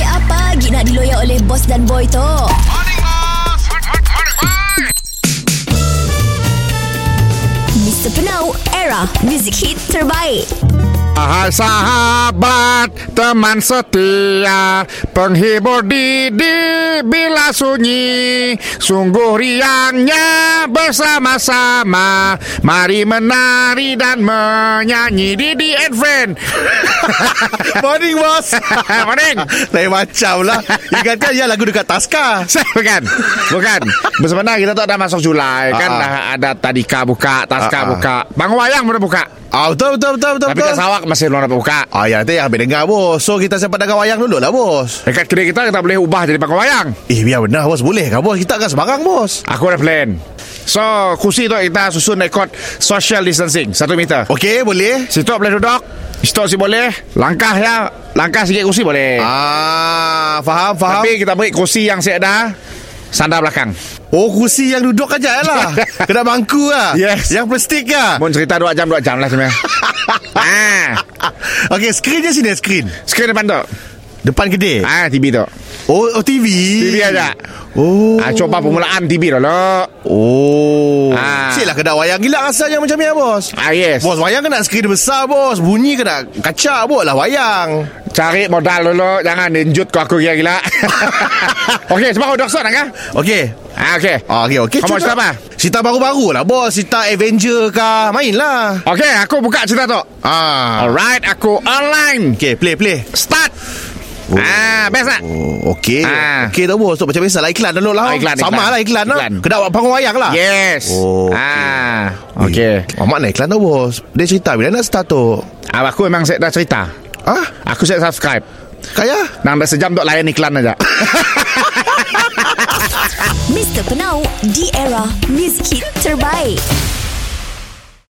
lagi nak diloyak oleh bos dan boy tu? Mr. Penau, era music hit terbaik. Hai sahabat, teman setia, penghibur Didi bila sunyi, sungguh riangnya bersama-sama. Mari menari dan menyanyi Didi and Friend. Morning bos Morning. Lain macam lah Ingatkan ya lagu dekat Taska Saya bukan Bukan Sebenarnya kita tu dah masuk Julai Kan Ah, ah. dah ada Tadika buka Taska Ah, ah. buka Bang Wayang pun dah buka Ah betul betul betul betul. Tapi betul. kat Sarawak masih belum dapat buka Ah ya nanti habis dengar bos So kita sempat dengar wayang dulu lah bos Dekat kedai kita kita boleh ubah jadi Bang Wayang Eh biar benar bos boleh kan bos Kita akan sebarang bos Aku ada plan So kursi tu kita susun rekod Social distancing Satu meter Okey boleh Situ boleh duduk Situ si boleh Langkah ya Langkah sikit kursi boleh Ah faham faham Tapi kita beri kursi yang saya ada Sandar belakang Oh kursi yang duduk aja lah Kena bangku lah Yes. Yang plastik lah Mun cerita 2 jam 2 jam lah sebenarnya ah, Okey skrin je sini skrin Skrin depan tu Depan kedai Ah, TV tu Oh, oh TV TV ada. Oh ah, Coba permulaan TV dulu Oh Ah. Sik lah kedai wayang gila rasanya macam ni lah bos Ah yes Bos wayang kena skrin besar bos Bunyi kena kacak bos lah wayang Cari modal dulu Jangan ninjut ke aku gila-gila Okey sebab aku duduk sana kan Okey ah, Okey Ah, okey, okey. Kamu cerita apa? Cerita baru-baru lah, bos. Cerita Avenger kah. Main lah. Okey aku buka cerita tu Ah. Alright aku online Okey, play, play. Start oh. Ah best tak? Oh, okey. Ah. Okey tak, bos. So, macam biasa lah. Iklan dulu lah. Ah, iklan, Sama iklan. lah iklan, lah. Iklan. Kedak panggung wayang lah. Yes Oh, okey. Ah Okey Oh, makna iklan tu, bos. Dia cerita bila nak start tu. ah, Aku memang set dah cerita Ah, Aku set subscribe kaya? Nang dah sejam duk layan iklan aja Mr. Penau, di era music hit terbaik.